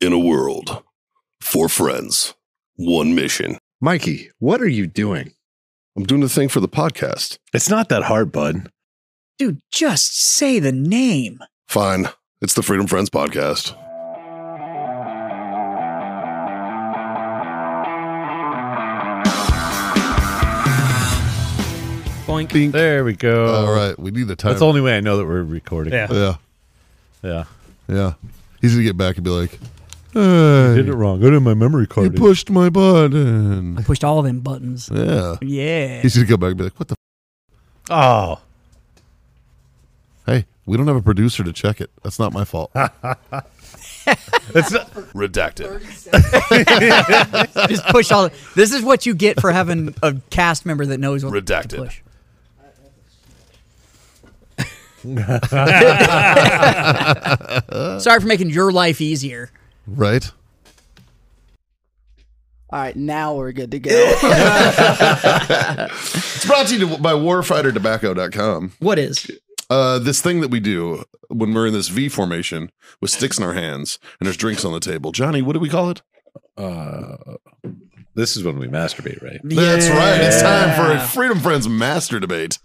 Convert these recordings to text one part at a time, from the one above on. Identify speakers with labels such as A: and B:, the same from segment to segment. A: in a world. Four friends, one mission.
B: Mikey, what are you doing?
A: I'm doing the thing for the podcast.
C: It's not that hard, bud.
D: Dude, just say the name.
A: Fine. It's the Freedom Friends podcast.
E: Boink.
A: Bing.
C: There we go.
F: All right, we need the time.
C: Oh. That's the only way I know that we're recording.
E: Yeah.
F: yeah,
C: Yeah.
F: yeah. He's gonna get back and be like,
C: Did it
F: "Hey,
C: wrong. Go to my memory
F: you
C: card.
F: pushed my button."
G: I pushed all of them buttons.
F: Yeah,
G: Yeah.
F: he's gonna go back and be like, "What the?
C: oh.
F: F-? Hey, we don't have a producer to check it. That's not my fault."
C: That's not,
A: Redacted.
G: Just push all. This is what you get for having a cast member that knows what
A: Redacted.
G: to push. Sorry for making your life easier.
F: right?
H: All right, now we're good to go.
A: It's brought to you by warfightertobacco.com.
G: What is?
A: Uh, this thing that we do when we're in this V formation with sticks in our hands and there's drinks on the table. Johnny, what do we call it?
C: this is when we masturbate, right?
A: That's right. It's time for a Freedom Friends Master Debate,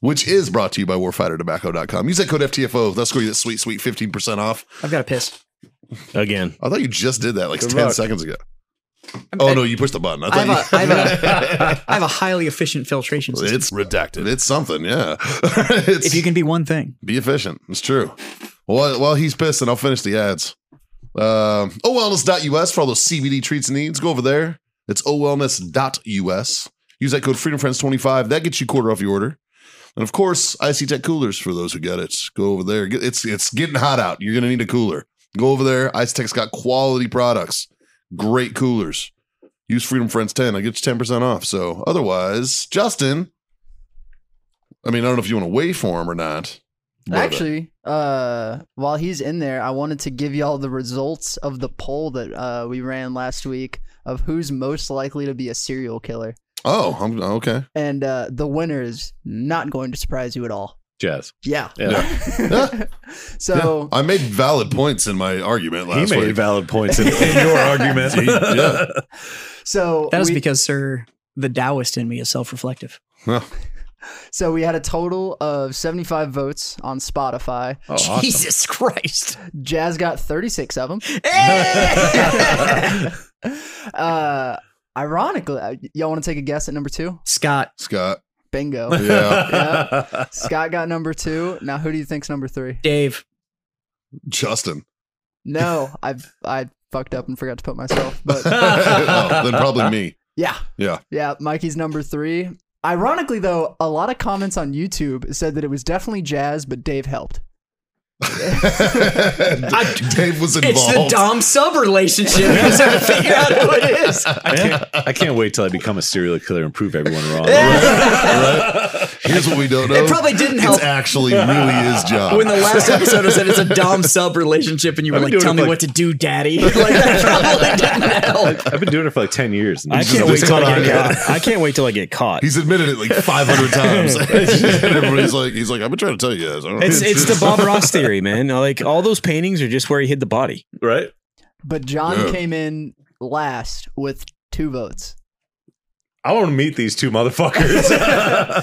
A: which is brought to you by warfightertobacco.com. Use that code FTFO. That's will you that sweet, sweet 15% off.
G: I've got a piss.
E: Again.
A: I thought you just did that like 10 seconds ago. Oh, no, you pushed the button. I
G: I have,
A: thought
G: a, I, have a, I have a highly efficient filtration
A: you,
G: system.
A: it's redacted. It's something, yeah. It's-
G: If you can be one thing,
A: Be efficient. It's true. Well, while, while he's pissing, I'll finish the ads. Um, owellness.us for all those CBD treats and needs. Go over there. It's oh owellness.us. Use that code FreedomFriends25. That gets you quarter off your order. And of course, IC Tech coolers for those who got it. Go over there. Get- It's it's getting hot out. You're gonna need a cooler. Go over there. IC Tech's got quality products, great coolers. Use Freedom Friends 10. I get you 10% off. So otherwise, Justin. I mean, I don't know if you want to wait for him or not. but, uh,
H: Actually, uh, while he's in there, I wanted to give y'all the results of the poll that uh, we ran last week of who's most likely to be a serial killer.
A: Oh, I'm okay.
H: And uh, the winner is not going to surprise you at all.
C: Jazz.
H: Yeah.
C: Yeah.
A: Yeah.
H: so
A: I made valid points in my argument
C: He
A: last
C: made
A: week.
C: valid points in, in your argument.
A: yeah.
C: Oh,
H: so
G: that is
H: we-
G: because, sir, the Taoist in me is self-reflective.
A: Well,
H: so we had a total of 75 votes on Spotify.
C: Oh, awesome.
G: Jesus Christ!
H: Jazz got 36 of them.
G: Hey!
H: Uh, ironically, uh, y'all want to take a guess at number two?
G: Scott,
A: Scott.
H: Bingo.
A: Yeah.
H: Yeah. Scott got number two. Now, who do you think's number three?
G: Dave,
A: Justin.
H: No, I I fucked up and forgot to put myself. But
A: Oh, then probably me.
H: yeah,
A: Yeah.
H: yeah, Mikey's number three. Ironically, though, a lot of comments on YouTube said that it was definitely Jazz, but Dave helped.
A: Dave was
G: it's the
A: involved.
G: Dom Sub relationship. I'm trying to figure out who it is.
C: I can't, I can't wait till I become a serial killer and prove everyone wrong.
A: Here's what we don't know.
G: It probably didn't
A: It's
G: help
A: actually really his job.
G: when the last episode was that it's a dom sub relationship and you were
C: I've been
G: like,
C: doing it
G: tell me
C: like-
G: what to do, daddy. Like, that probably didn't help.
C: I've been doing it for like 10 years. and
E: I
C: it's just
E: can't
C: like-
E: wait till I get
A: Yeah.
E: caught. I can't wait till I get caught.
A: He's admitted it like 500 times. And everybody's like, he's like, I've been trying to tell you guys. I don't
E: It's
A: know.
E: it's the Bob Ross theory, man. Like all those paintings are just where he hid the body.
C: right?
H: But John
A: Yeah.
H: came in last with two votes.
C: I want to meet these two motherfuckers.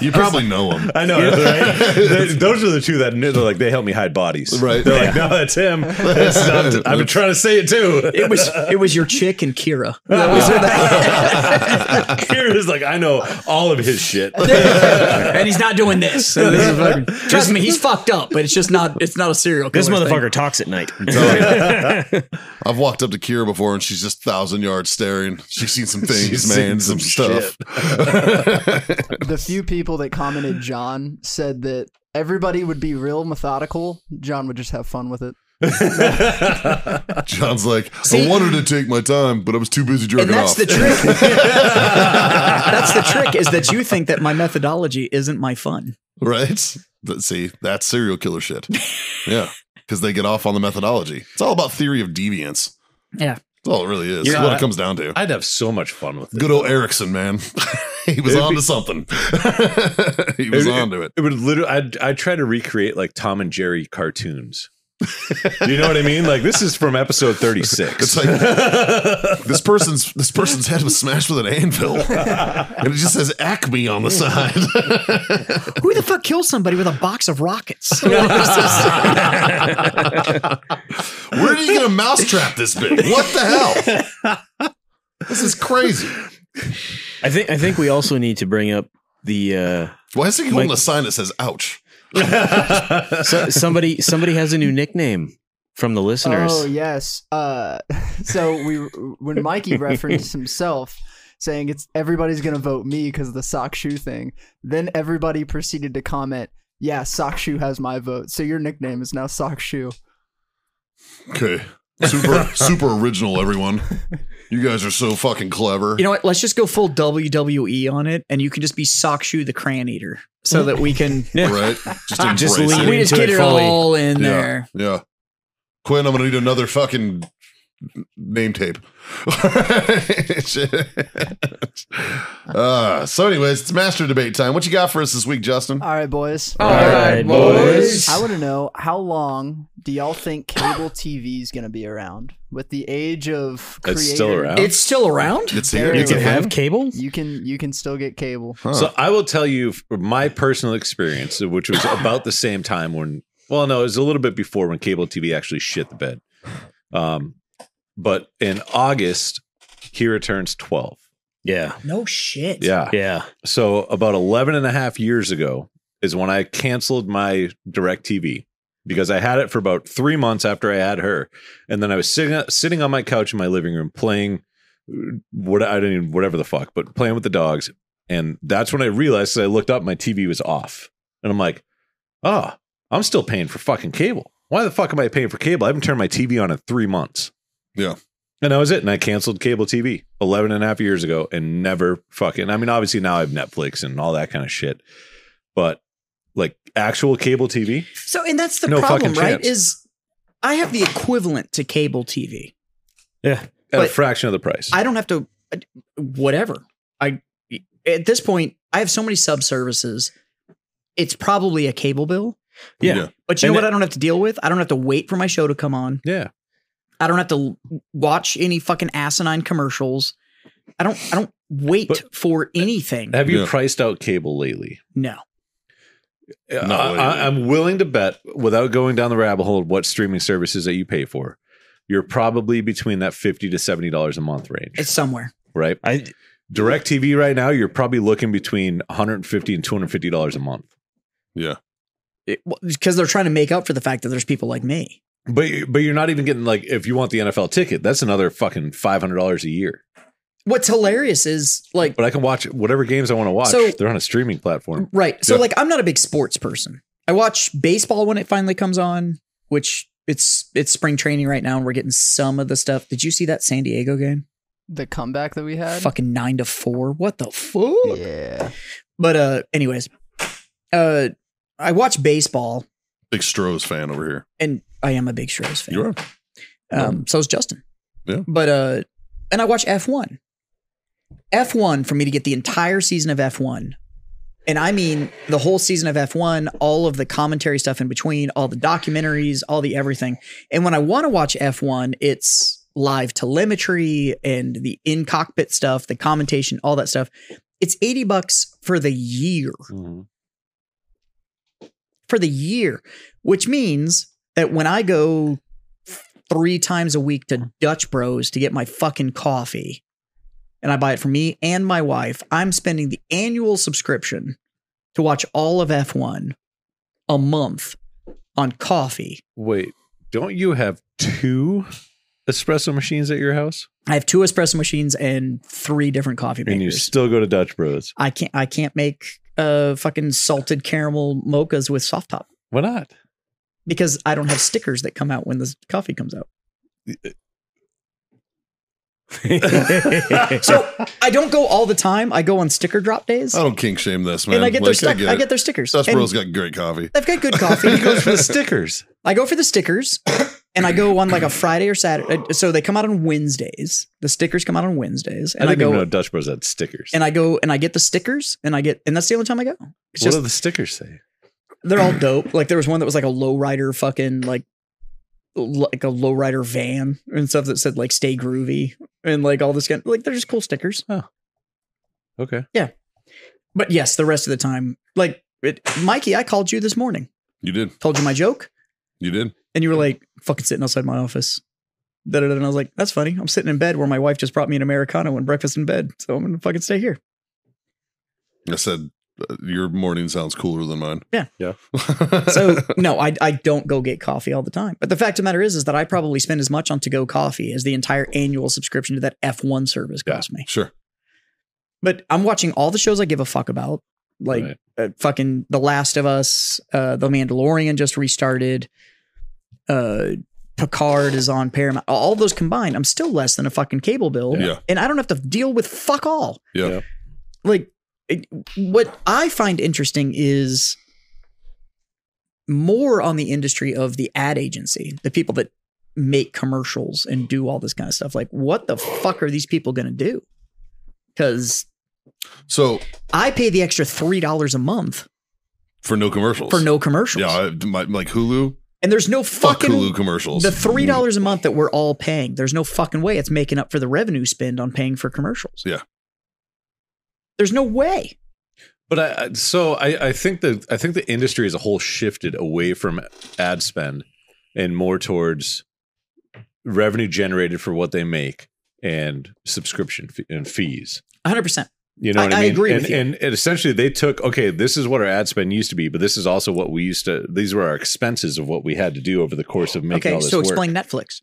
A: you probably know him.
C: I know, right? Th- Those are the two that knew. They're like, they help me hide bodies.
A: Right.
C: They're like, no, that's him. That's not- I've been trying to say it too.
G: It was it was your chick and Kira. That was
C: Kieran is like, I know all of his shit.
G: and he's not doing this. So this is fucking- trust me, he's fucked up, but it's just not it's not a serial killer.
E: This motherfucker talks at night.
A: I've walked up to Kira before and she's just thousand yards staring. She's seen some things,
C: She's
A: man,
C: seen
A: some,
C: some
A: stuff.
H: The few people that commented John said that everybody would be real methodical. John would just have fun with it.
A: John's like, I wanted to take my time, but I was too busy
G: And
A: jerking
G: that's
A: off.
G: the trick. that's the trick is that you think that my methodology isn't my fun.
A: Right? But see, that's serial killer shit. Yeah. Because they get off on the methodology. It's all about theory of deviance.
G: Yeah.
A: That's all it really is.
C: You
A: That's
C: know,
A: what it
C: I-
A: comes down to.
C: I'd have so much fun with it.
A: Good old Erickson, man. he was
C: It'd
A: on
C: be-
A: to something. he was on to it.
C: It would literally. I'd, I'd try to recreate like Tom and Jerry cartoons. Do you know what I mean? Like this is from episode 36.
A: It's like this person's this person's head was smashed with an anvil, and it just says Acme on the side.
G: Who the fuck killed somebody with a box of rockets?
A: Where did you get a mousetrap this big? What the hell? This is crazy.
E: I think I think we also need to bring up the uh
A: Why is he holding
E: Like-
A: a sign that says "Ouch"?
E: uh, so, somebody somebody has a new nickname from the listeners.
H: Oh yes. Uh, so we when Mikey referenced himself saying it's everybody's gonna vote me because of the sock shoe thing, then everybody proceeded to comment, "Yeah, sock shoe has my vote." So your nickname is now sock shoe.
A: Okay, super super original, everyone. You guys are so fucking clever.
G: you know what? Let's just go full WWE on it, and you can just be Sock Shoe the Cran Eater, so that we can
A: right? Just embrace
E: Just lean
A: it.
E: in.
G: we just
E: into
G: get
E: it
G: it
E: fully.
G: all in
A: Yeah.
G: there.
A: Yeah. Quinn, I'm gonna need another fucking name tape. uh, so, anyways, it's master debate time. What you got for us this week, Justin?
G: Uh,
H: All right, boys.
E: right, boys.
H: I want to know how long do y'all think cable TV is gonna be around? With the age of creator,
C: It's still around.
G: It's still around.
A: It's
H: You
A: here.
H: can
E: you can have
H: Mhm.
E: cable?
H: you can you can still get cable.
C: So I will tell you f- my personal experience, which was about the same time when, well, no, it was a little bit before when cable TV actually shit the bed. Um, but in August, Hira turns 12.
E: Yeah.
G: No shit.
C: Yeah.
E: Yeah.
C: So about 11 and a half years ago is when I canceled my direct TV because I had it for about three months after I had her. And then I was sitting, sitting on my couch in my living room playing uh, what I didn't even, whatever the fuck, but playing with the dogs. And that's when I realized as I looked up, my TV was off. And I'm like, oh, I'm still paying for fucking cable. Why the fuck am I paying for cable? I haven't turned my TV on in three months.
A: Yeah.
C: And that was it. And I canceled cable TV 11 and a half years ago and never fucking. I mean, obviously now I have Netflix and all that kind of shit. But like actual cable TV,
G: So, and that's the
C: No
G: problem,
C: fucking
G: right?
C: chance.
G: Is I have the equivalent to cable TV.
E: Yeah.
C: at a
G: But-
C: fraction of the price.
G: I don't have to, uh, whatever. I at this point, I have so many sub services. It's probably a cable bill,
E: Yeah.
A: Yeah.
G: but you
E: And
G: know what?
E: it-
G: I don't have to deal with. I don't have to wait for my show to come on.
C: yeah.
G: I don't have to l- watch any fucking asinine commercials. I don't. I don't wait
C: But-
G: for anything.
C: Have you
A: Yeah.
C: priced out cable lately? Uh,
G: no.
C: I,
A: lately.
C: I, I'm willing to bet without going down the rabbit hole of what streaming services that you pay for. You're probably between that fifty to seventy dollars a month range,
G: It's somewhere.
C: right?
E: I
C: Direct TV right now, you're probably looking between 150 and 250 dollars a month.
G: Because they're trying to make up for the fact that there's people like me.
C: But but you're not even getting like if you want the NFL ticket, that's another fucking five hundred dollars a year.
G: What's hilarious is like
C: But I can watch whatever games I want to watch.
G: So-
C: They're on a streaming platform.
G: Right. So
C: Yeah.
G: like I'm not a big sports person. I watch baseball when it finally comes on, which it's it's spring training right now and we're getting some of the stuff. Did you see that San Diego game?
H: The comeback that we had.
G: Fucking 9 to 4. What the fuck?
H: Yeah.
G: But uh anyways, uh I watch baseball
A: Big Stroh's fan over here.
G: and I am a big Stros fan.
A: You are.
G: Um, so is Justin.
A: Yeah.
G: But uh, and I watch F one. F one for me to get the entire season of F one, and I mean the whole season of F one, all of the commentary stuff in between, all the documentaries, all the everything. And when I want to watch F one, it's live telemetry and the in cockpit stuff, the commentation, all that stuff. It's eighty bucks for the year
A: Mm-hmm.
G: for the year, which means that when I go three times a week to Dutch Bros to get my fucking coffee and I buy it for me and my wife, I'm spending the annual subscription to watch all of F1 a month on coffee.
C: Wait, don't you have two espresso machines at your house?
G: I have two espresso machines and three different coffee
C: And you
G: makers.
C: still go to Dutch Bros.
G: I can't I can't make uh fucking salted caramel mochas with soft top
C: Why not?
G: because I don't have stickers that come out when the coffee comes out. So I don't go all the time. I go on sticker drop days,
A: I don't kink shame this, man.
G: and I get their
A: Like,
G: stuff. I get,
A: it.
G: their stickers.
A: Dutch
G: And
A: Bros got great coffee.
G: I've got good coffee.
C: He goes for the stickers.
G: I go for the stickers, and I go on like a Friday or Saturday. uh, So they come out on Wednesdays. The stickers come out on Wednesdays, and
C: I
G: I,
C: didn't
G: go
C: even know Dutch Bros had stickers.
G: and I go and I get the stickers, and I get and that's the only time I go. It's
C: what
G: just
C: do the stickers say?
G: they're all dope. Like there was one that was like a lowrider fucking like like a lowrider van and stuff that said like "Stay Groovy" and like all this kind. Like they're just cool stickers.
C: Okay.
G: But yes, the rest of the time, like it, Mikey, I called you this morning,
A: You did.
G: told you my joke,
A: You did.
G: and you were like fucking sitting outside my office. Da, da, da, and I was like, "That's funny. I'm sitting in bed where my wife just brought me an americano and breakfast in bed, so I'm gonna fucking stay here."
A: I said uh, your morning sounds cooler than mine.
G: Yeah.
C: Yeah.
G: So no, I I don't go get coffee all the time. But the fact of the matter is, is that I probably spend as much on to go coffee as the entire annual subscription to that F1 service
C: Yeah.
G: costs me.
A: sure.
G: But I'm watching all the shows I give a fuck about, like
C: Right.
G: uh, fucking The Last of Us, uh, The Mandalorian just restarted, uh, Picard is on Paramount. All those combined, I'm still less than a fucking cable bill,
A: Yeah.
G: and I don't have to deal with fuck all
A: Yeah.
C: Yeah.
G: like it, what I find interesting is more on the industry of the ad agency, the people that make commercials and do all this kind of stuff. Like, what the fuck are these people going to do? Because
A: So
G: I pay the extra three dollars a month
A: for no commercials.
G: for no commercials,
A: Yeah. I, my, like Hulu.
G: and there's no
A: Fuck
G: fucking
A: Hulu commercials. Mm-hmm.
G: the three dollars a month that we're all paying. There's no fucking way it's making up for the revenue spend on paying for commercials.
A: Yeah.
G: there's no way.
C: But I I- so I I think the I think the industry as a whole shifted away from ad spend and more towards revenue generated for what they make and subscription fee- and fees.
G: 100. percent
C: You know
G: I-
C: what I,
G: I
C: mean?
G: agree
C: and,
G: with you.
C: and and essentially they took okay, this is what our ad spend used to be, but this is also what we used to. These were our expenses of what we had to do over the course of making
G: Okay,
C: all this
G: so
C: work.
G: explain Netflix.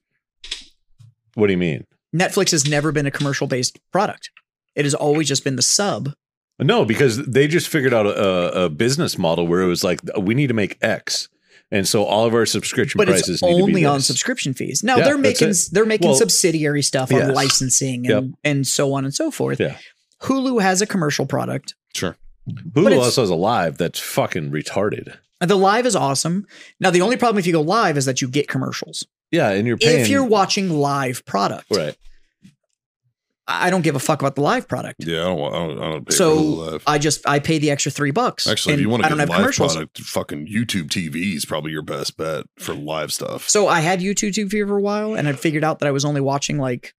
C: What do you mean?
G: Netflix has never been a commercial based product. It has always just been the sub.
C: No, because they just figured out a, a business model where it was like we need to make X, and so all of our subscription
G: But
C: prices
G: it's
C: need to
G: only
C: be
G: on
C: this.
G: subscription fees. Now
C: Yeah,
G: they're
C: that's
G: making
C: it.
G: they're making
C: Well,
G: subsidiary stuff on
C: yes.
G: licensing and, and so on and so forth.
C: Yeah.
G: Hulu has a commercial product. But
C: Hulu
G: it's-
C: also has a live that's fucking retarded.
G: The live is awesome. Now the only problem if you go live is that you get commercials.
C: Yeah, and you're paying
G: If you're watching live product,
C: right.
G: I I don't give a fuck about the live product.
A: Yeah. I don't. want- I don't. I don't pay for Hulu
G: so
A: Live.
G: I just I pay the extra three bucks.
A: Actually, if
G: and
A: you want to
G: I don't
A: get
G: have
A: live
G: commercials.
A: product, fucking YouTube TV is probably your best bet for live stuff.
G: So I had YouTube TV for a while, and I figured out that I was only watching like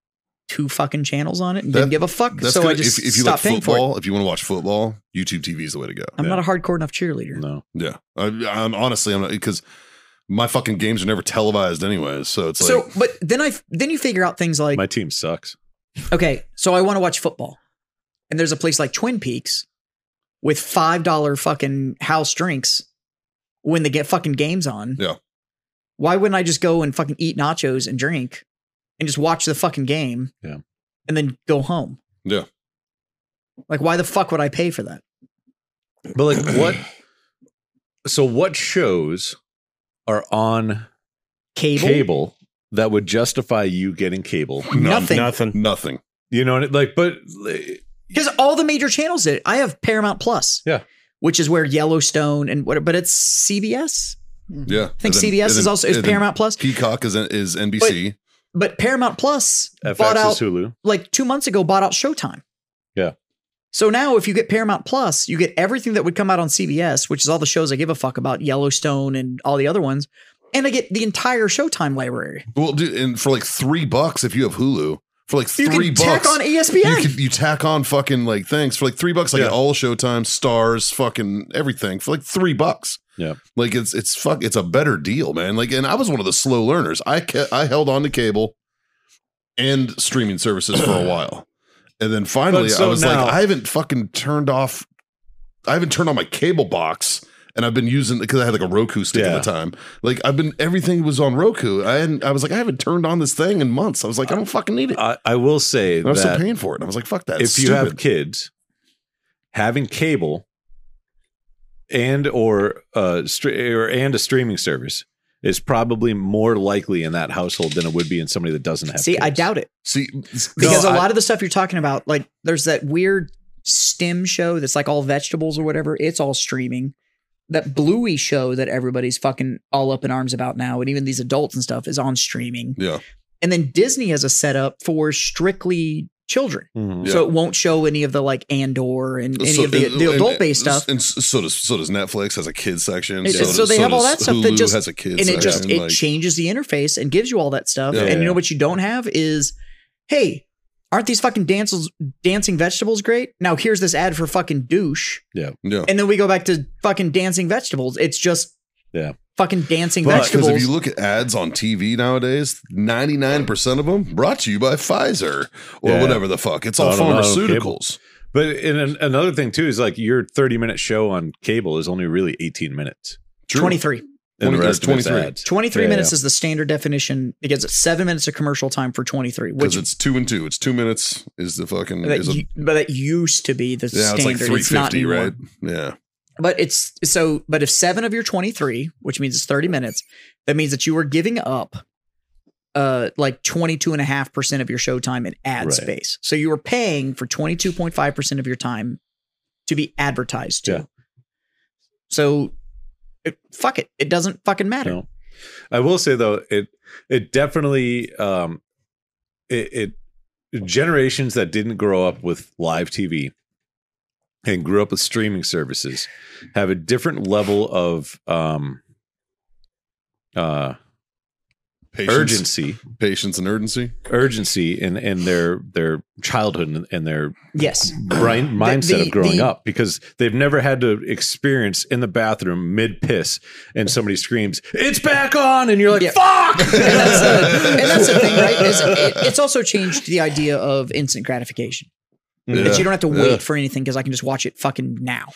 G: two fucking channels on it and
A: That-
G: didn't give a fuck.
A: That's
G: So
A: gonna,
G: I just
A: if, if you like
G: stopped paying for it.
A: football, if you want to watch football, YouTube TV is the way to go.
G: I'm not a hardcore enough cheerleader.
C: No,
A: Yeah, I, I'm honestly, I'm not because my fucking games are never televised anyways. So it's like,
G: so, but then I then you figure out things like
C: my team sucks.
G: okay, so I want to watch football, and there's a place like Twin Peaks with five dollar fucking house drinks when they get fucking games on.
A: Yeah.
G: Why wouldn't I just go and fucking eat nachos and drink and just watch the fucking game?
C: Yeah.
G: And then go home.
A: Yeah.
G: Like, why the fuck would I pay for that?
C: But like what? So what shows are on
G: Cable.
C: cable? that would justify you getting cable?
G: Nothing.
E: Nothing.
A: nothing.
C: You know, and it- like, but
G: Because all the major channels did. it. I have Paramount Plus.
C: Yeah.
G: Which is where Yellowstone and what, but it's CBS.
A: Yeah,
G: I think CBS is also is Paramount Plus.
A: Peacock is is NBC.
G: But Paramount Plus bought
C: FX
G: out
C: is Hulu.
G: like two months ago bought out Showtime.
C: Yeah.
G: So now if you get Paramount Plus, you get everything that would come out on CBS, which is all the shows I give a fuck about, Yellowstone and all the other ones. And I get the entire Showtime library.
A: well, dude, and for like three bucks, if you have Hulu, for like
G: You
A: three
G: can
A: bucks,
G: tack on E
A: you
G: ESPN.
A: could you tack on fucking like things for like three bucks. I
C: Yeah.
A: get all Showtime, Stars, fucking everything for like three bucks.
C: Yeah.
A: like it's it's fuck it's a better deal, man. Like, and I was one of the slow learners. I kept, I held on to cable and streaming services for a while, and then finally
C: But so
A: I was
C: now-
A: like, I haven't fucking turned off. I haven't turned on my cable box. And I've been using because I had like a Roku stick
C: Yeah.
A: at the time. Like I've been everything was on Roku. I hadn't, I was like I haven't turned on this thing in months. I was like I don't fucking need it.
C: I, I will say
A: And I was still
C: that
A: paying for it. And I was like, fuck that.
C: if you have kids, having cable and or uh stre- or and a streaming service is probably more likely in that household than it would be in somebody that doesn't have.
G: See, I
C: kids.
G: doubt it.
A: see,
G: Because
C: No,
G: a
C: I-
G: lot of the stuff you're talking about, like there's that weird stem show that's like all vegetables or whatever, it's all streaming. That Bluey show that everybody's fucking all up in arms about now, and even these adults and stuff is on streaming.
A: yeah,
G: And then Disney has a setup for strictly children.
C: Mhm.
G: So it won't show any of the like Andor and any
A: So-
G: of the,
A: and-
G: the
A: and-
G: adult based stuff.
A: And s- so does so does Netflix has a kids section.
G: It- so they have all that stuff that
A: Hulu
G: just-
A: has a kids
G: and it
A: section.
G: just it
A: like-
G: changes the interface and gives you all that stuff.
A: Yeah.
G: and you know what you don't have is, hey, aren't these fucking dancels, dancing vegetables great? Now here's this ad for fucking douche,
A: yeah.
G: and then we go back to fucking dancing vegetables. It's just
C: Yeah.
G: fucking dancing
A: But because
G: vegetables.
A: if you look at ads on TV nowadays, ninety nine percent of them brought to you by Pfizer or
C: Yeah.
A: whatever the fuck. It's all
C: I don't know,
A: pharmaceuticals.
C: But in an, another thing too is like your 30 minute show on cable is only really 18 minutes.
A: True.
G: 23.
C: And the
A: 20
C: rest of it's
A: 23.
C: ads.
G: 23
C: Yeah,
G: minutes is the standard definition. It gives it seven minutes of commercial time for 23,
A: because
G: which
A: it's two and two. It's two minutes is the fucking
G: that,
A: is a,
G: u- but that used to be the
A: yeah. It's like
G: standard.
A: three
G: not
A: fifty,
G: anymore.
A: right? Yeah,
G: But it's so, but if seven of your 23, which means it's 30 minutes, that means that you were giving up uh like 22.5% of your show time in ad
C: Right.
G: space. So you were paying for 22.5% of your time to be advertised to.
C: Yeah.
G: So it, fuck it. It doesn't fucking matter.
C: No. I will say though, it it definitely um it, it generations that didn't grow up with live TV and grew up with streaming services have a different level of um uh
A: patience,
C: urgency
A: patience, and urgency.
C: urgency in in their their childhood and, and their
G: Yes.
C: brain mindset
G: the-
C: of growing
G: the-
C: up because they've never had to experience in the bathroom mid piss and somebody screams it's back on and you're like
G: Yeah.
C: fuck
G: and, that's the, and that's the thing, right? Is it, it's also changed the idea of instant gratification. That you don't have to wait
A: Yeah.
G: for anything because I can just watch it fucking now.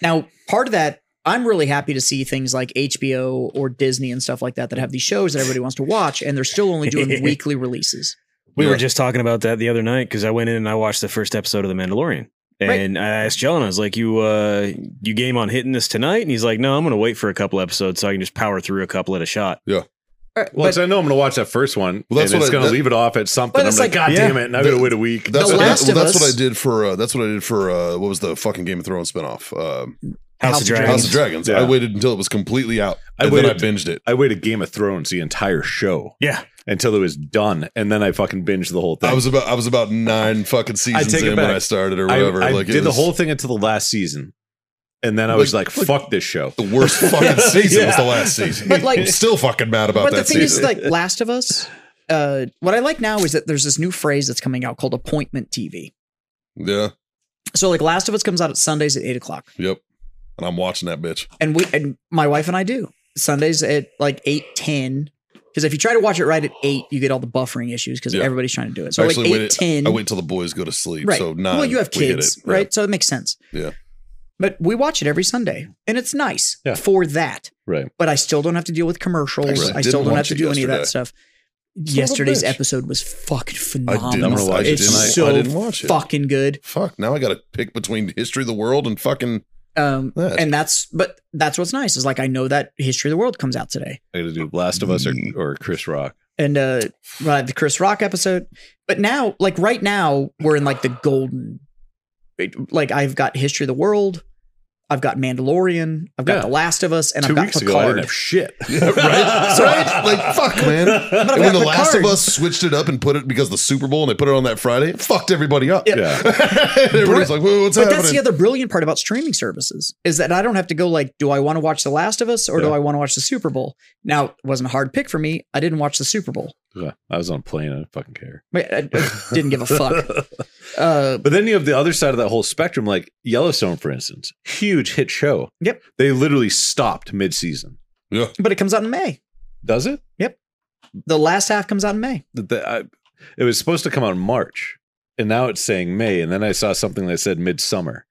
G: Now, part of that, I'm really happy to see things like HBO or Disney and stuff like that that have these shows that everybody wants to watch, and they're still only doing weekly releases.
E: We
A: Yeah.
E: were just talking about that the other night because I went in and I watched the first episode of The Mandalorian.
G: Right.
E: And I asked Jellen, I was like, "You, uh, you game on hitting this tonight?" And he's like, "No, I'm going to wait for a couple episodes so I can just power through a couple at a shot."
C: well 'cause i know i'm gonna watch that first one
A: Well, that's
C: and
A: what
C: it's
A: I-
C: gonna
A: that-
C: leave it off at something
G: But
C: i'm
G: it's
C: like
G: like-
C: god damn it and i gotta wait a week
A: That's,
G: The
A: what,
G: Last
A: that-
G: of
A: well, that's what
G: Us-
A: I did for uh, that's what I did for uh, what was the fucking Game of Thrones spinoff? Um,
E: House,
G: House
E: of
G: of
E: Dragons.
A: House of Dragons.
C: Yeah.
A: I waited until it was completely out,
C: I
A: and then I
C: waited-
A: binged it.
C: i waited game of thrones the entire show
E: Yeah,
C: until it was done and then i fucking binged the whole thing
A: I was about I was about nine fucking seasons
C: take it
A: in when
C: back.
A: I started or
C: I,
A: whatever.
C: I
A: like it
C: did the
A: was
C: whole thing until the last season and then i was
A: Like-
C: like, fuck this show
A: the worst fucking season was
C: Yeah.
A: the last season.
G: But, like-
A: still fucking mad about
G: but
A: that
G: the thing
A: season.
G: is, like Last of Us, uh, what I like now is that there's this new phrase that's coming out called appointment TV.
A: yeah,
G: So, like Last of Us comes out at Sundays at eight o'clock.
A: yep. And I'm watching that bitch.
G: and we and my wife and I do Sundays at like eight ten because if you try to watch it right at eight, you get all the buffering issues because
A: Yeah.
G: everybody's trying to do it. So
A: Actually,
G: like
A: wait,
G: eight ten,
A: I wait till the boys go to sleep.
G: right?
A: So nine.
G: well, you have
A: we hit
G: kids,
A: it.
G: right? So it makes sense.
A: Yeah.
G: But we watch it every Sunday, and it's nice
C: Yeah.
G: for that.
C: Right.
G: But I still don't have to deal with commercials.
A: Actually,
G: I still
A: didn't
G: don't have
A: watch
G: to
A: it
G: do any of that
A: yesterday.
G: stuff. Yesterday's
A: bitch.
G: episode was fucking
A: I
G: phenomenal.
A: didn't
C: gonna watch it
G: it's
C: tonight.
G: so
A: I didn't watch it.
G: fucking good.
A: Fuck. Now I got to pick between history of the world and fucking.
G: Um,
A: That.
G: and that's but that's what's nice is like I know that History of the World comes out today.
C: i gotta do last of us or, or chris rock
G: and uh right, the Chris Rock episode. But now, like right now, we're in like the golden. Like I've got History of the World, I've got Mandalorian, I've got
C: Yeah.
G: The Last of Us, and
C: two
G: I've got
C: weeks ago i
G: Picard.
C: didn't have shit
A: right? right? Like fuck, man. And
G: I've
A: when
G: got
A: the Last of
G: Picard.
A: Us switched it up and put it because the Super Bowl and they put it on that Friday, it fucked everybody up.
G: Yeah.
C: yeah
A: Everybody's like, "Whoa, what's
G: but
A: happening?"
G: that's the other brilliant part about streaming services is that I don't have to go like, do I want to watch The Last of Us or do
C: Yeah.
G: I want to watch the Super Bowl? Now it wasn't a hard pick for me. I didn't watch the Super Bowl.
C: Yeah, I was on a plane. I don't fucking care.
G: I, I- I didn't give a fuck. Uh,
C: But then you have the other side of that whole spectrum, like Yellowstone, for instance, huge hit show.
G: Yep.
C: They literally stopped mid-season.
G: but it comes out in May.
C: Does it?
G: The last half comes out in May.
C: That the- I- it was supposed to come out in March, and now it's saying May. And then I saw something that said midsummer.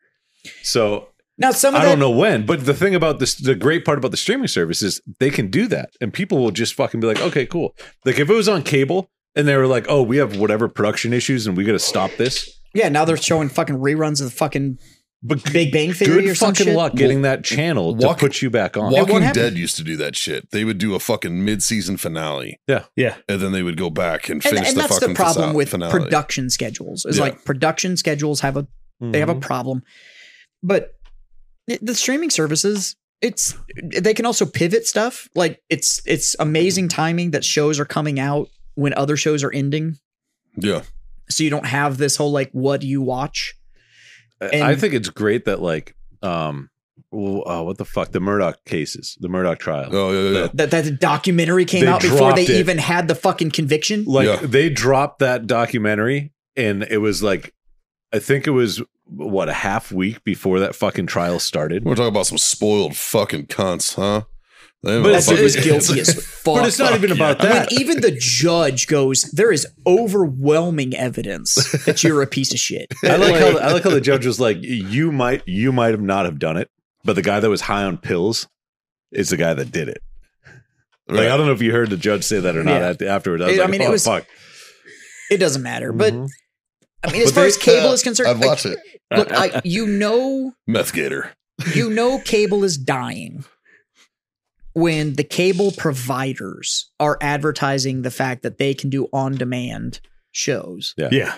C: So
G: Now some of
C: I
G: that,
C: don't know when. But the thing about this, the great part about the streaming service is they can do that, and people will just fucking be like, okay, cool. Like if it was on cable. And they were like, "Oh, we have whatever production issues, and we got to stop this."
G: Yeah, now they're showing fucking reruns of the fucking
C: But
G: Big Bang Theory or
C: good
G: some
C: fucking
G: shit.
C: luck getting that channel
A: walk-
C: to put you back on.
G: It won't
A: Walking
G: happen.
A: Dead used to do that shit. They would do a fucking mid-season finale,
E: yeah.
A: and then they would go back and
G: And,
A: finish
G: and
A: the
G: that's
A: fucking
G: the problem
A: fisa-
G: with
A: finale.
G: production schedules. Is
A: Yeah.
G: like production schedules have a they have a
C: Mm-hmm.
G: problem, but it- the streaming services it's they can also pivot stuff. Like it's
C: Mm-hmm.
G: it's amazing timing that shows are coming out when other shows are ending.
A: yeah,
G: so you don't have this whole like what do you watch? And-
C: I think it's great that like um w- uh, what the fuck the Murdoch cases, the Murdoch trial.
A: Oh yeah, yeah, yeah.
G: That that documentary came
C: They
G: out before they
C: dropped it.
G: even had the fucking conviction.
C: Like
A: Yeah.
C: they dropped that documentary and it was like I think it was what a half week before that fucking trial started.
A: We're talking about some spoiled fucking cunts, huh? They
C: But it's-
G: That dude
C: it's
G: is guilty as fuck.
C: But it's not even about
G: when
C: that.
G: even the judge goes, there is overwhelming evidence that you're a piece of shit.
C: I like how I like how the judge was like, you might you might have not have done it, but the guy that was high on pills is the guy that did it. Like I don't know if you heard the judge say that or not
G: Yeah.
C: at- afterwards. I was
G: It- I
C: like,
G: mean,
C: oh,
G: it was-
C: fuck.
G: It doesn't matter. But
C: Mhm.
G: I mean, as
A: But
G: far
A: they-
G: as cable
A: uh,
G: is concerned,
A: I'd
G: like,
A: watch it.
E: Uh,
G: look, I, you know,
A: Meth Gator.
G: you know, cable is dying when the cable providers are advertising the fact that they can do on-demand shows
E: Yeah.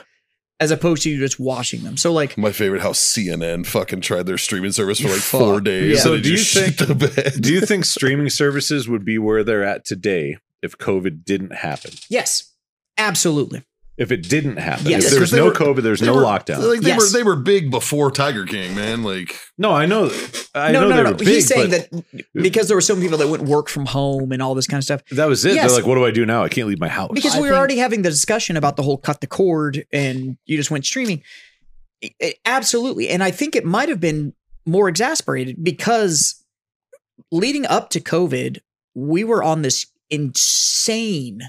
G: as opposed to you just watching them. So, like,
A: My favorite how CNN fucking tried their streaming service for like
G: Fuck.
A: four days.
G: Yeah.
C: So
A: and it
C: do you
A: just shit
C: think-
A: the bed.
C: Do you think streaming services would be where they're at today if COVID didn't happen?
G: yes, absolutely.
C: If it didn't happen,
G: Yes.
C: if
G: Yes,
C: there
A: 'cause
C: was
A: they
C: no
A: were-
C: COVID, there's
A: They
C: no
A: were-
C: lockdown.
A: Like they
G: Yes.
A: were they were big before Tiger King, man. Like
C: no, I know. I
G: no,
C: know they
G: no, no,
C: were
G: no.
C: big,
G: He's saying
C: but
G: that because there were so many people that wouldn't work from home and all this kind of stuff.
C: that was it.
G: Yes.
C: They're like, what do I do now? I can't leave my house.
G: Because
H: I
G: we were
H: think-
G: already having the discussion about the whole cut the cord and you just went streaming. It- it- absolutely. And I think it might have been more exasperated because leading up to COVID, we were on this insane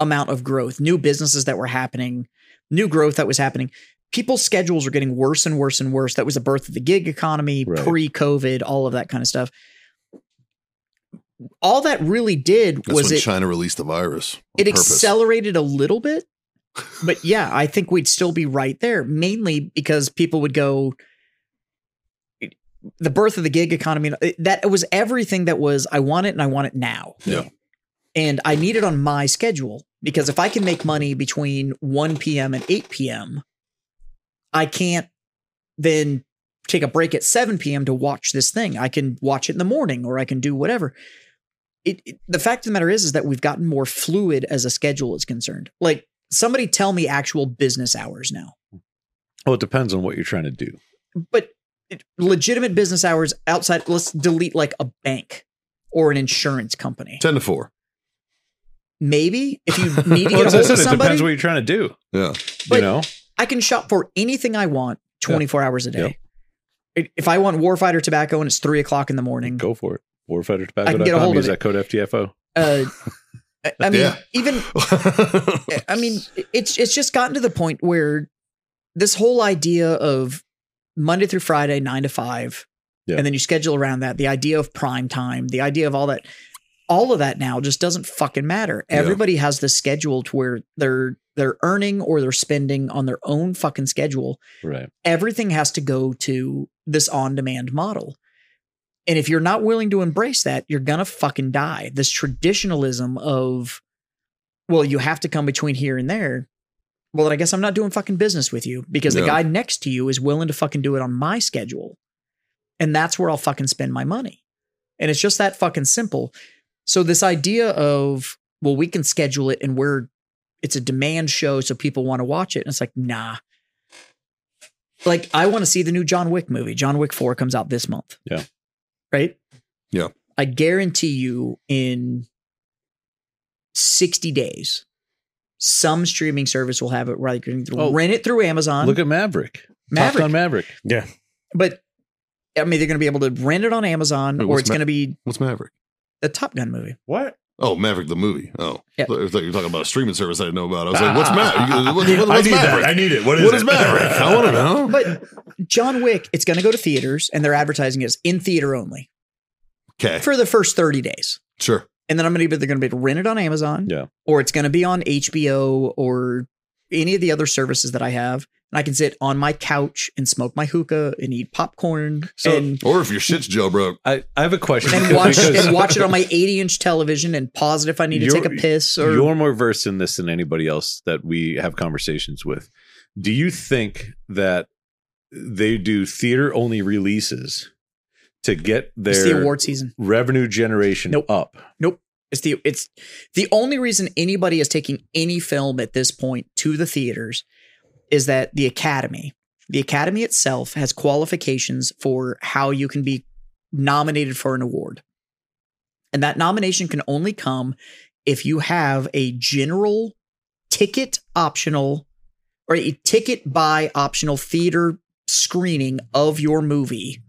G: amount of growth, new businesses that were happening, new growth that was happening. People's schedules were getting worse and worse and worse. That was the birth of the gig economy,
C: Right.
G: pre COVID, all of that kind of stuff. All that really did
A: that's
G: was
A: when
G: it
A: China released the virus. on
G: it
A: purpose.
G: accelerated a little bit but yeah i think we'd still be right there mainly because people would go the birth of the gig economy it- that was everything that was i want it and i want it now
A: Yeah.
G: and i need it on my schedule because if i can make money between 1 p.m and 8 p.m i can't then take a break at 7 p.m to watch this thing i can watch it in the morning or i can do whatever it, it- the fact of the matter is is that we've gotten more fluid as a schedule is concerned like somebody tell me actual business hours now
C: well, it depends on what you're trying to do.
G: but it, legitimate business hours outside let's delete like a bank or an insurance company
A: ten to four.
G: maybe if you need to
C: Well,
G: get
C: as I
G: a hold of
C: said, it
G: somebody
C: depends what you're trying to do.
A: Yeah.
G: But-
C: you know,
G: i can shop for anything i want 24 hours a
C: Yeah.
G: day If- if i want warfighter tobacco and it's 3 o'clock in the morning
C: go for it.
G: I can get a
C: Warfightertobacco.com.
G: hold of
C: Use
G: it.
C: that code FTFO.
G: uh, I- i mean
A: Yeah.
G: even I mean, it's it's just gotten to the point where this whole idea of Monday through Friday, nine to five,
C: Yeah.
G: and then you schedule around that, the idea of prime time, the idea of all that, all of that now just doesn't fucking matter.
A: Yeah.
G: Everybody has this schedule to where they're they're earning or they're spending on their own fucking schedule.
C: Right.
G: Everything has to go to this on-demand model. And if you're not willing to embrace that, you're gonna fucking die. This traditionalism of well, you have to come between here and there. Well, then I guess I'm not doing fucking business with you because
A: Yeah.
G: the guy next to you is willing to fucking do it on my schedule. And that's where I'll fucking spend my money. And it's just that fucking simple. So this idea of, well, we can schedule it and we're it's a demand show, so people want to watch it. And it's like, nah. Like, I want to see the new John Wick movie. John Wick 4 comes out this month.
C: Yeah.
G: Right?
A: Yeah.
G: I guarantee you in 60 days, some streaming service will have it where you can either
C: Oh.
G: rent it through Amazon.
C: Look at Maverick. Maverick.
G: Maverick.
C: Top Gun Maverick.
E: Yeah.
G: but I mean, they're going to be able to rent it on Amazon
A: Wait,
G: or
A: what's
G: it's
A: Ma-
G: going to be
A: What's Maverick?
G: the Top Gun movie.
C: What?
A: Oh, Maverick the movie. Oh,
G: Yeah.
A: I thought you were talking about a streaming service I didn't know about. I was like, what's Maverick? What, what,
C: I
A: what's
C: need
A: Maverick?
C: that. I need it. What is,
A: What is
C: it?
A: Maverick? I want to know.
G: But John Wick, it's going to go to theaters and they're advertising it as in theater only
A: Okay,
G: for the first 30 days.
A: sure.
G: And then I'm going to be they're going to be rented on Amazon.
C: Yeah.
G: Or it's going to be on HBO or any of the other services that I have. And I can sit on my couch and smoke my hookah and eat popcorn
C: So-
G: and,
A: Or if your shit's Joe broke,
C: I, I have a question.
G: and watch and watch it on my 80 inch television and pause it if I need to
C: You're-
G: take a piss or
C: You're more versed in this than anybody else that we have conversations with. Do you think that they do theater only releases to get
G: it's the
C: their
G: award season.
C: revenue generation
G: Nope.
C: up?
G: It's the it's the only reason anybody is taking any film at this point to the theaters is that the academy, the academy itself has qualifications for how you can be nominated for an award. And that nomination can only come if you have a general ticket optional or a ticket by optional theater screening of your movie.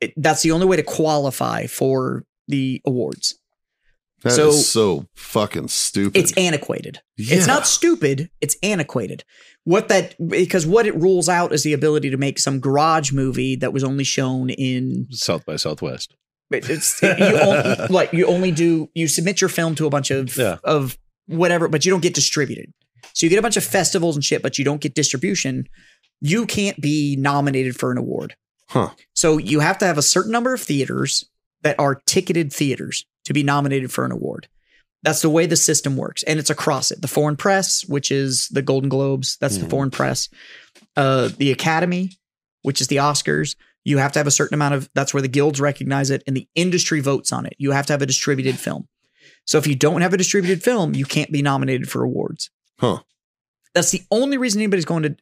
G: It, that's the only way to qualify for the awards.
A: That is
G: So-
A: so, fucking stupid.
G: It's antiquated.
A: Yeah.
G: It's not stupid. It's antiquated. What that because what it rules out is the ability to make some garage movie that was only shown in
C: South by Southwest.
G: but it's you only, like you only do you submit your film to a bunch of
C: Yeah.
G: of whatever, but you don't get distributed. So you get a bunch of festivals and shit, but you don't get distribution. You can't be nominated for an award.
A: Huh.
G: So you have to have a certain number of theaters that are ticketed theaters to be nominated for an award. That's the way the system works, and it's across it. The foreign press, which is the Golden Globes, that's the
C: Mhm.
G: foreign press. Uh, the Academy, which is the Oscars, you have to have a certain amount of that's where the guilds recognize it and the industry votes on it. You have to have a distributed film. So if you don't have a distributed film, you can't be nominated for awards.
A: Huh.
G: That's the only reason anybody's going to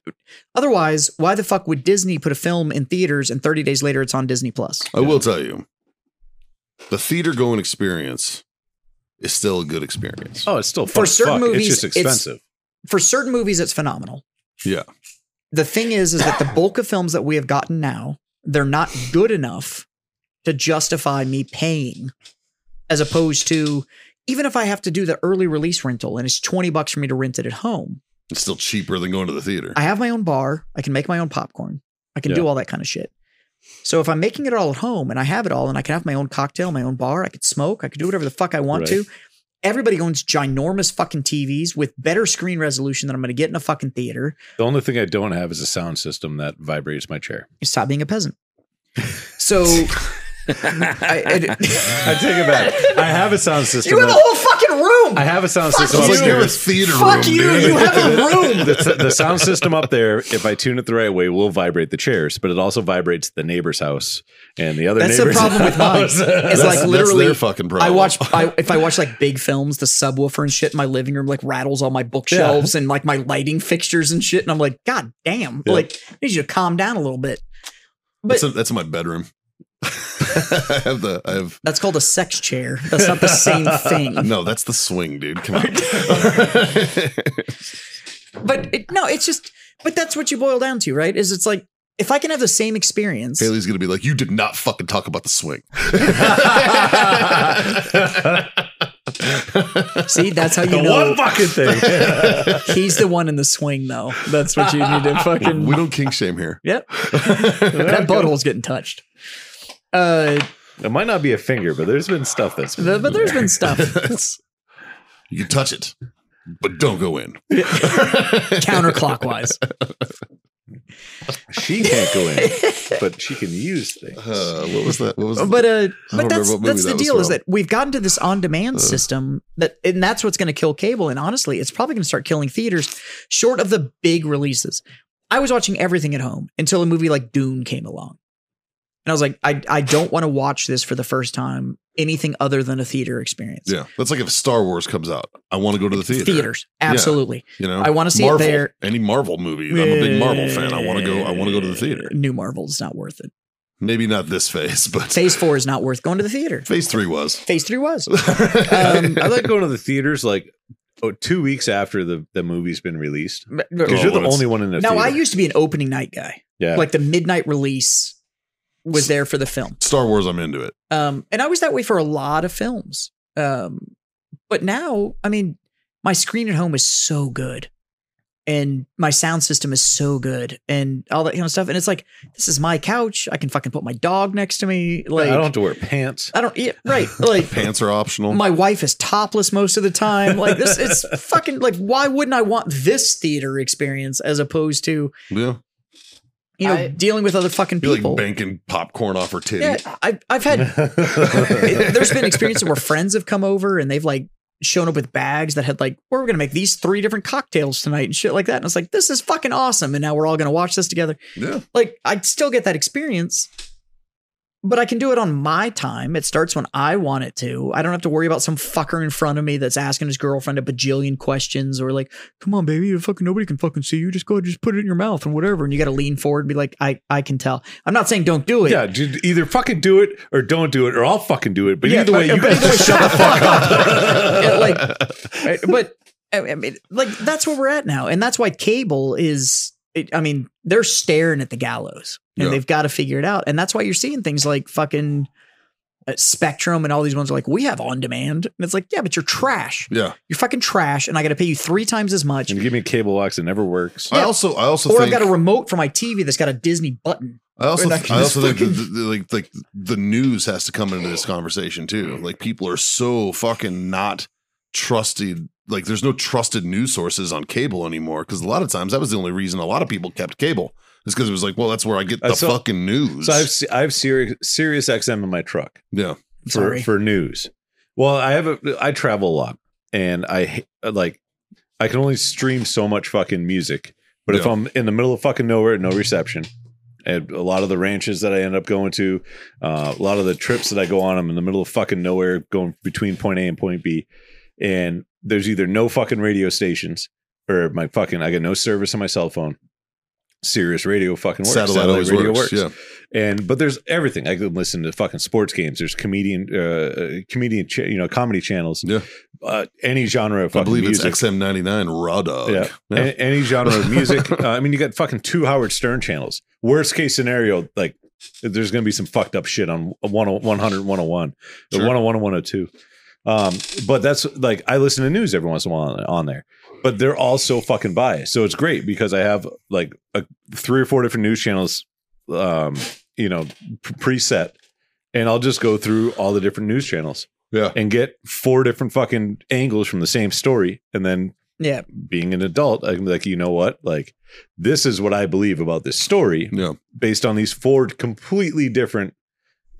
G: otherwise, why the fuck would Disney put a film in theaters and 30 days later it's on Disney Plus?
A: I will tell you, the theater going experience is still a good experience.
C: Oh, it's still fun
G: For
C: as
G: certain
C: fuck.
G: movies,
C: It's just
G: it's-
C: expensive.
G: For certain movies, it's phenomenal.
A: Yeah.
G: The thing is, is that the bulk of films that we have gotten now, they're not good enough to justify me paying, as opposed to even if I have to do the early release rental and it's 20 bucks for me to rent it at home,
A: It's still cheaper than going to the theater.
G: I have my own bar. I can make my own popcorn. I can do all that kind of shit. So if I'm making it all at home and I have it all and I can have my own cocktail, my own bar, I could smoke, I could do whatever the fuck I want
C: Right.
G: to. Everybody owns ginormous fucking TVs with better screen resolution than I'm going to get in a fucking theater.
C: the only thing I don't have is a sound system that vibrates my chair.
G: Stop being a peasant. So I, I,
C: I take it back. I have a sound system.
G: you have a
C: that-
G: whole fucking room.
C: I have a sound
G: Fuck
C: system
A: it's like
G: you.
A: you're a
C: upstairs.
A: theater
G: Fuck
A: room,
G: you.
A: dude.
G: You have a room.
C: the, the sound system up there, if I tune it the right way, will vibrate the chairs, but it also vibrates the neighbor's house and the other
G: That's the
C: neighbor's
G: problem with mine.
C: house.
G: It's
A: That's-
G: like
A: that's
G: literally
A: their fucking
G: I
A: problem.
G: watch I, if I watch like big films, the subwoofer and shit in my living room like rattles all my bookshelves and like my lighting fixtures and shit, and I'm like, God damn!
C: Yeah.
G: Like, I need you to calm down a little bit. But
A: That's,
G: that's,
A: in, that's in my bedroom. I have the I have
G: called a sex chair. That's not the same thing.
A: no. That's the swing, dude. Come on.
G: But it, no, it's just. But that's what you boil down to, right? Is it's like if I can have the same experience,
A: Haley's gonna be like, you did not fucking talk about the swing.
G: see, that's how
C: The
G: you know
C: one fucking thing.
G: he's the one in the swing, though. That's what you need to fucking.
A: we don't kink shame here.
G: Yep. that butthole's getting touched. Uh,
C: it might not be a finger, but there's been stuff that's
G: th- but there's been stuff.
A: You can touch it, but don't go in.
G: counterclockwise.
C: she can't go in, but she can use things.
A: Uh, what was that? What was
G: But uh, but
A: remember
G: that's
A: what movie
G: that's the
A: that was
G: deal is
A: from. Uh.
G: that we've gotten to this on-demand system that, and that's what's going to kill cable. And honestly, it's probably going to start killing theaters, short of the big releases. I was watching everything at home until a movie like Dune came along, and I was like, I I don't want to watch this for the first time anything other than a theater experience.
A: Yeah, that's like if Star Wars comes out, I want to go to the theater.
G: Theaters, absolutely.
A: you know,
G: I wanna see it
A: Marvel,
G: there.
A: Any Marvel movie? I'm a big Marvel fan. I want to go. I want to go to the theater.
G: New Marvel's not worth it.
A: Maybe not this phase, but
G: Phase four is not worth going to the theater.
A: phase three was.
G: Phase three was.
C: Um, I like going to the theaters like oh, two weeks after the, the movie's been released because
A: Oh,
C: you're the
A: it's-
C: only one in the
G: Now
C: theater.
G: I used to be an opening night guy.
C: yeah.
G: Like the midnight release was there for the film.
A: Star Wars, I'm into it.
G: Um and I was that way for a lot of films. Um but now, I mean, my screen at home is so good. And my sound system is so good and all that kind of stuff. And it's like, this is my couch. I can fucking put my dog next to me. Like
C: I don't have to wear pants.
G: I don't yeah, right. Like
A: Pants are optional.
G: my wife is topless most of the time. Like this it's fucking like why wouldn't I want this theater experience as opposed to
A: yeah,
G: you know,
H: I-
G: dealing with other fucking
A: you're
G: people.
A: like banking popcorn off her titty.
G: yeah, I, I've had. there's been experiences where friends have come over and they've like shown up with bags that had like, we're gonna make these three different cocktails tonight and shit like that. And it's like, this is fucking awesome. And now we're all gonna watch this together.
A: Yeah.
G: Like, I still get that experience, But I can do it on my time. It starts when I want it to. I don't have to worry about some fucker in front of me that's asking his girlfriend a bajillion questions or like, come on, baby, you fucking nobody can fucking see you. Just go, just put it in your mouth and whatever. And you got to lean forward and be like, I, I can tell. I'm not saying don't do it.
C: Yeah, dude, either fucking do it or don't do it, or I'll fucking do it. But
G: Yeah,
C: either way,
G: but-
C: you
G: but
C: guys
G: either way,
C: just shut the fuck up.
G: Yeah, like, right, but I I mean, like that's where we're at now, and that's why cable is. It, I mean, they're staring at the gallows, and
A: Yeah.
G: they've got to figure it out, and that's why you're seeing things like fucking uh, Spectrum and all these ones are like, we have on demand, and it's like, yeah, but you're trash.
A: Yeah.
G: You're fucking trash, and I got to pay you three times as much,
C: and you give me a cable box, it never works.
A: I also, I also
G: or I've
A: think,
G: got a remote for my TV that's got a Disney button.
A: I also,
G: and I
A: I,
G: can just
A: also think that the, the- like like the news has to come into this conversation too.
C: Mm.
A: Like people are so fucking not trusted. Like there's no trusted news sources on cable anymore because a lot of times that was the only reason a lot of people kept cable is because it was like, well, that's where I get
C: Uh,
A: the
C: so-
A: fucking news.
C: So I've se- I've serious Sirius XM in my truck
A: yeah,
G: I'm
C: for,
G: Sorry,
C: for news. Well, I have a I travel a lot, and I h- like I can only stream so much fucking music. But if
A: Yeah.
C: I'm in the middle of fucking nowhere, no reception. And a lot of the ranches that I end up going to, uh, a lot of the trips that I go on, I'm in the middle of fucking nowhere, going between point A and point B, and there's either no fucking radio stations or my fucking I got no service on my cell phone. Sirius radio fucking works.
A: satellite, always works. Yeah,
C: and but there's everything i can listen to fucking sports games there's comedian uh comedian cha- you know comedy channels
A: Yeah.
C: uh, any genre of
A: I
C: fucking
A: believe
C: music
A: it's XM99 Raw Dog.
C: yeah. A-
A: Yeah.
C: Any, genre of music uh, i mean you got fucking two howard stern channels worst case scenario like there's gonna be some fucked up shit on 100 100 101 or
A: Sure.
C: 101 and 102 um but that's like i listen to news every once in a while on, on there but they're all so fucking biased so it's great because i have like a, three or four different news channels um you know p- preset and i'll just go through all the different news channels
A: Yeah.
C: and get four different fucking angles from the same story and then
G: yeah,
C: being an adult, I'm like, you know what? Like, this is what I believe about this story
A: Yeah.
C: based on these four completely different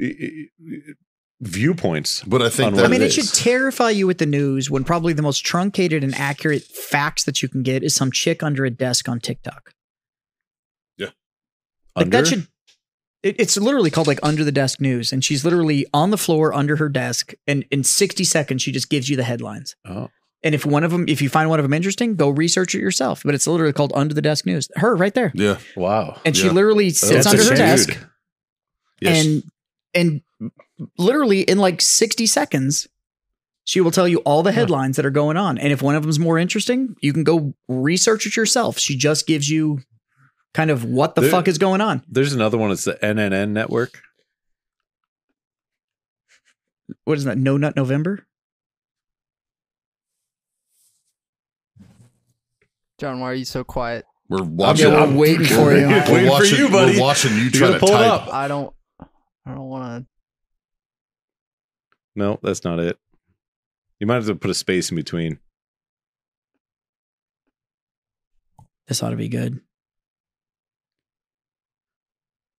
C: eh, eh, eh, viewpoints.
A: But I think
C: On
A: that
G: I mean,
C: it
G: it
C: is.
G: should terrify you with the news when probably the most truncated and accurate facts that you can get is some chick under a desk on TikTok. Like
C: Under?
G: that should. It, it's literally called like under the desk news, and she's literally on the floor under her desk, and in sixty seconds she just gives you the headlines.
C: oh.
G: And if one of them, if you find one of them interesting, go research it yourself. But it's literally called under the desk news. Her right there,
A: yeah,
C: wow.
G: and she
A: Yeah.
G: literally sits
C: That's
G: under
C: a
G: her
C: shame.
G: desk
C: Dude.
A: yes.
G: and and literally in like 60 seconds she will tell you all the headlines that are going on and if one of them's more interesting you can go research it yourself she just gives you kind of what the
C: There-
G: fuck is going on
C: There's another one. It's the NNN network.
G: what is that no nut november
H: John, why are you so quiet?
A: we're watching.
G: yeah, I'm waiting for
A: we're-
G: you.
A: we're
C: Waiting for
A: watching-
C: you, buddy.
A: We're watching you
C: gotta
A: try to
C: pull it
A: type.
C: up.
H: I don't. I don't want
C: No, that's not it. You might have to put a space in between.
G: this ought to be good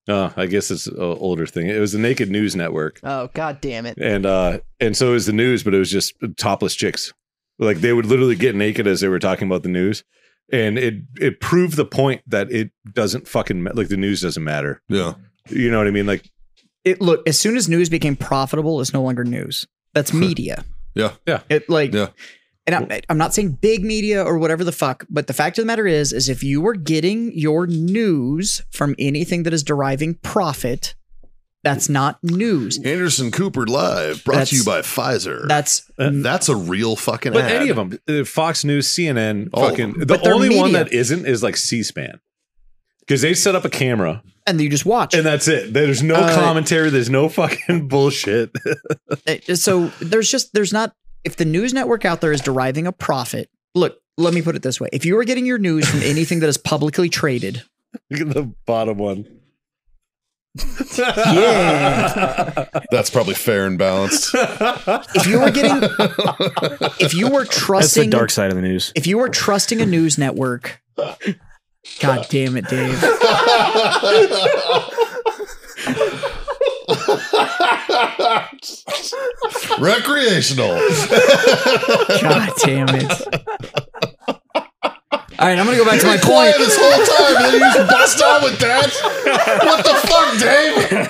C: Uh, I guess it's an older thing. It was the Naked News Network.
H: to. Oh God damn it!
C: and uh and so is the news but it was just topless chicks like they would literally get naked as they were talking about the news and it it proved the point that it doesn't fucking ma- like the news doesn't matter
A: Yeah,
C: you know what i mean like
G: it look as soon as news became profitable it's no longer news that's media
A: Yeah.
C: Yeah.
G: it like
A: Yeah.
G: and I'm, I'm not saying big media or whatever the fuck but the fact of the matter is is if you were getting your news from anything that is deriving profit that's not news
A: Anderson Cooper live, brought
G: That's-
A: to you by Pfizer.
G: that's
A: That's a real fucking.
C: but
A: ad.
C: any of them fox news cnn
A: All of
C: fucking
A: them.
C: the
G: Oh, But they're
C: only one
G: media.
C: that isn't is like c-span because they set up a camera
G: and you just watch
C: and that's it there's no
G: Uh,
C: commentary there's no fucking bullshit
G: Uh, so there's just there's not if the news network out there is deriving a profit look let me put it this way if you were getting your news from anything that is publicly traded
C: look at the bottom one
A: That's probably fair and balanced.
G: if you were getting if you were
E: That's the
G: trusting
E: dark side of the news.
G: if you were trusting a news network, God damn it, Dave.
A: Recreational.
G: God damn it. All right, I'm gonna go back to my
A: Quiet
G: point.
A: this whole time. and then You just bust out with that. What the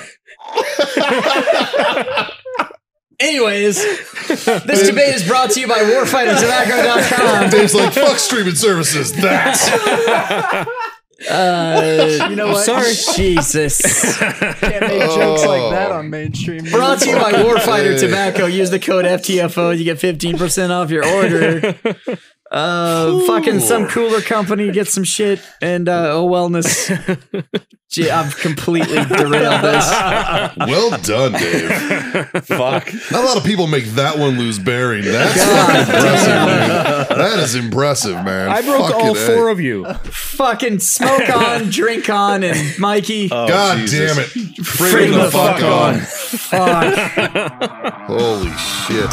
A: fuck, Dave?
G: Anyways, this debate is brought to you by warfightertobacco.com.
A: Dave's like, fuck streaming services. That.
G: Uh,
H: You know what?
E: sorry.
G: Jesus.
H: Can't make jokes
A: Oh.
H: like that on mainstream.
G: Brought to you by Warfighter
A: Hey.
G: Tobacco. Use the code FTFO. You get 15% off your order. Uh, fucking some cooler company. Get some shit. And uh, oh, wellness. Gee, I've completely derailed this.
A: Well done, Dave.
C: Fuck.
A: Not a lot of people make that one lose bearing. That's fucking impressive. man. That is impressive, man.
E: I broke
A: Fucking
E: all
A: eh? A.
E: four of you.
G: Fucking smoke on, drink on, and Mikey.
A: God
C: Oh, Jesus.
A: damn it. Bring the, fuck on.
G: Fuck.
A: Holy shit.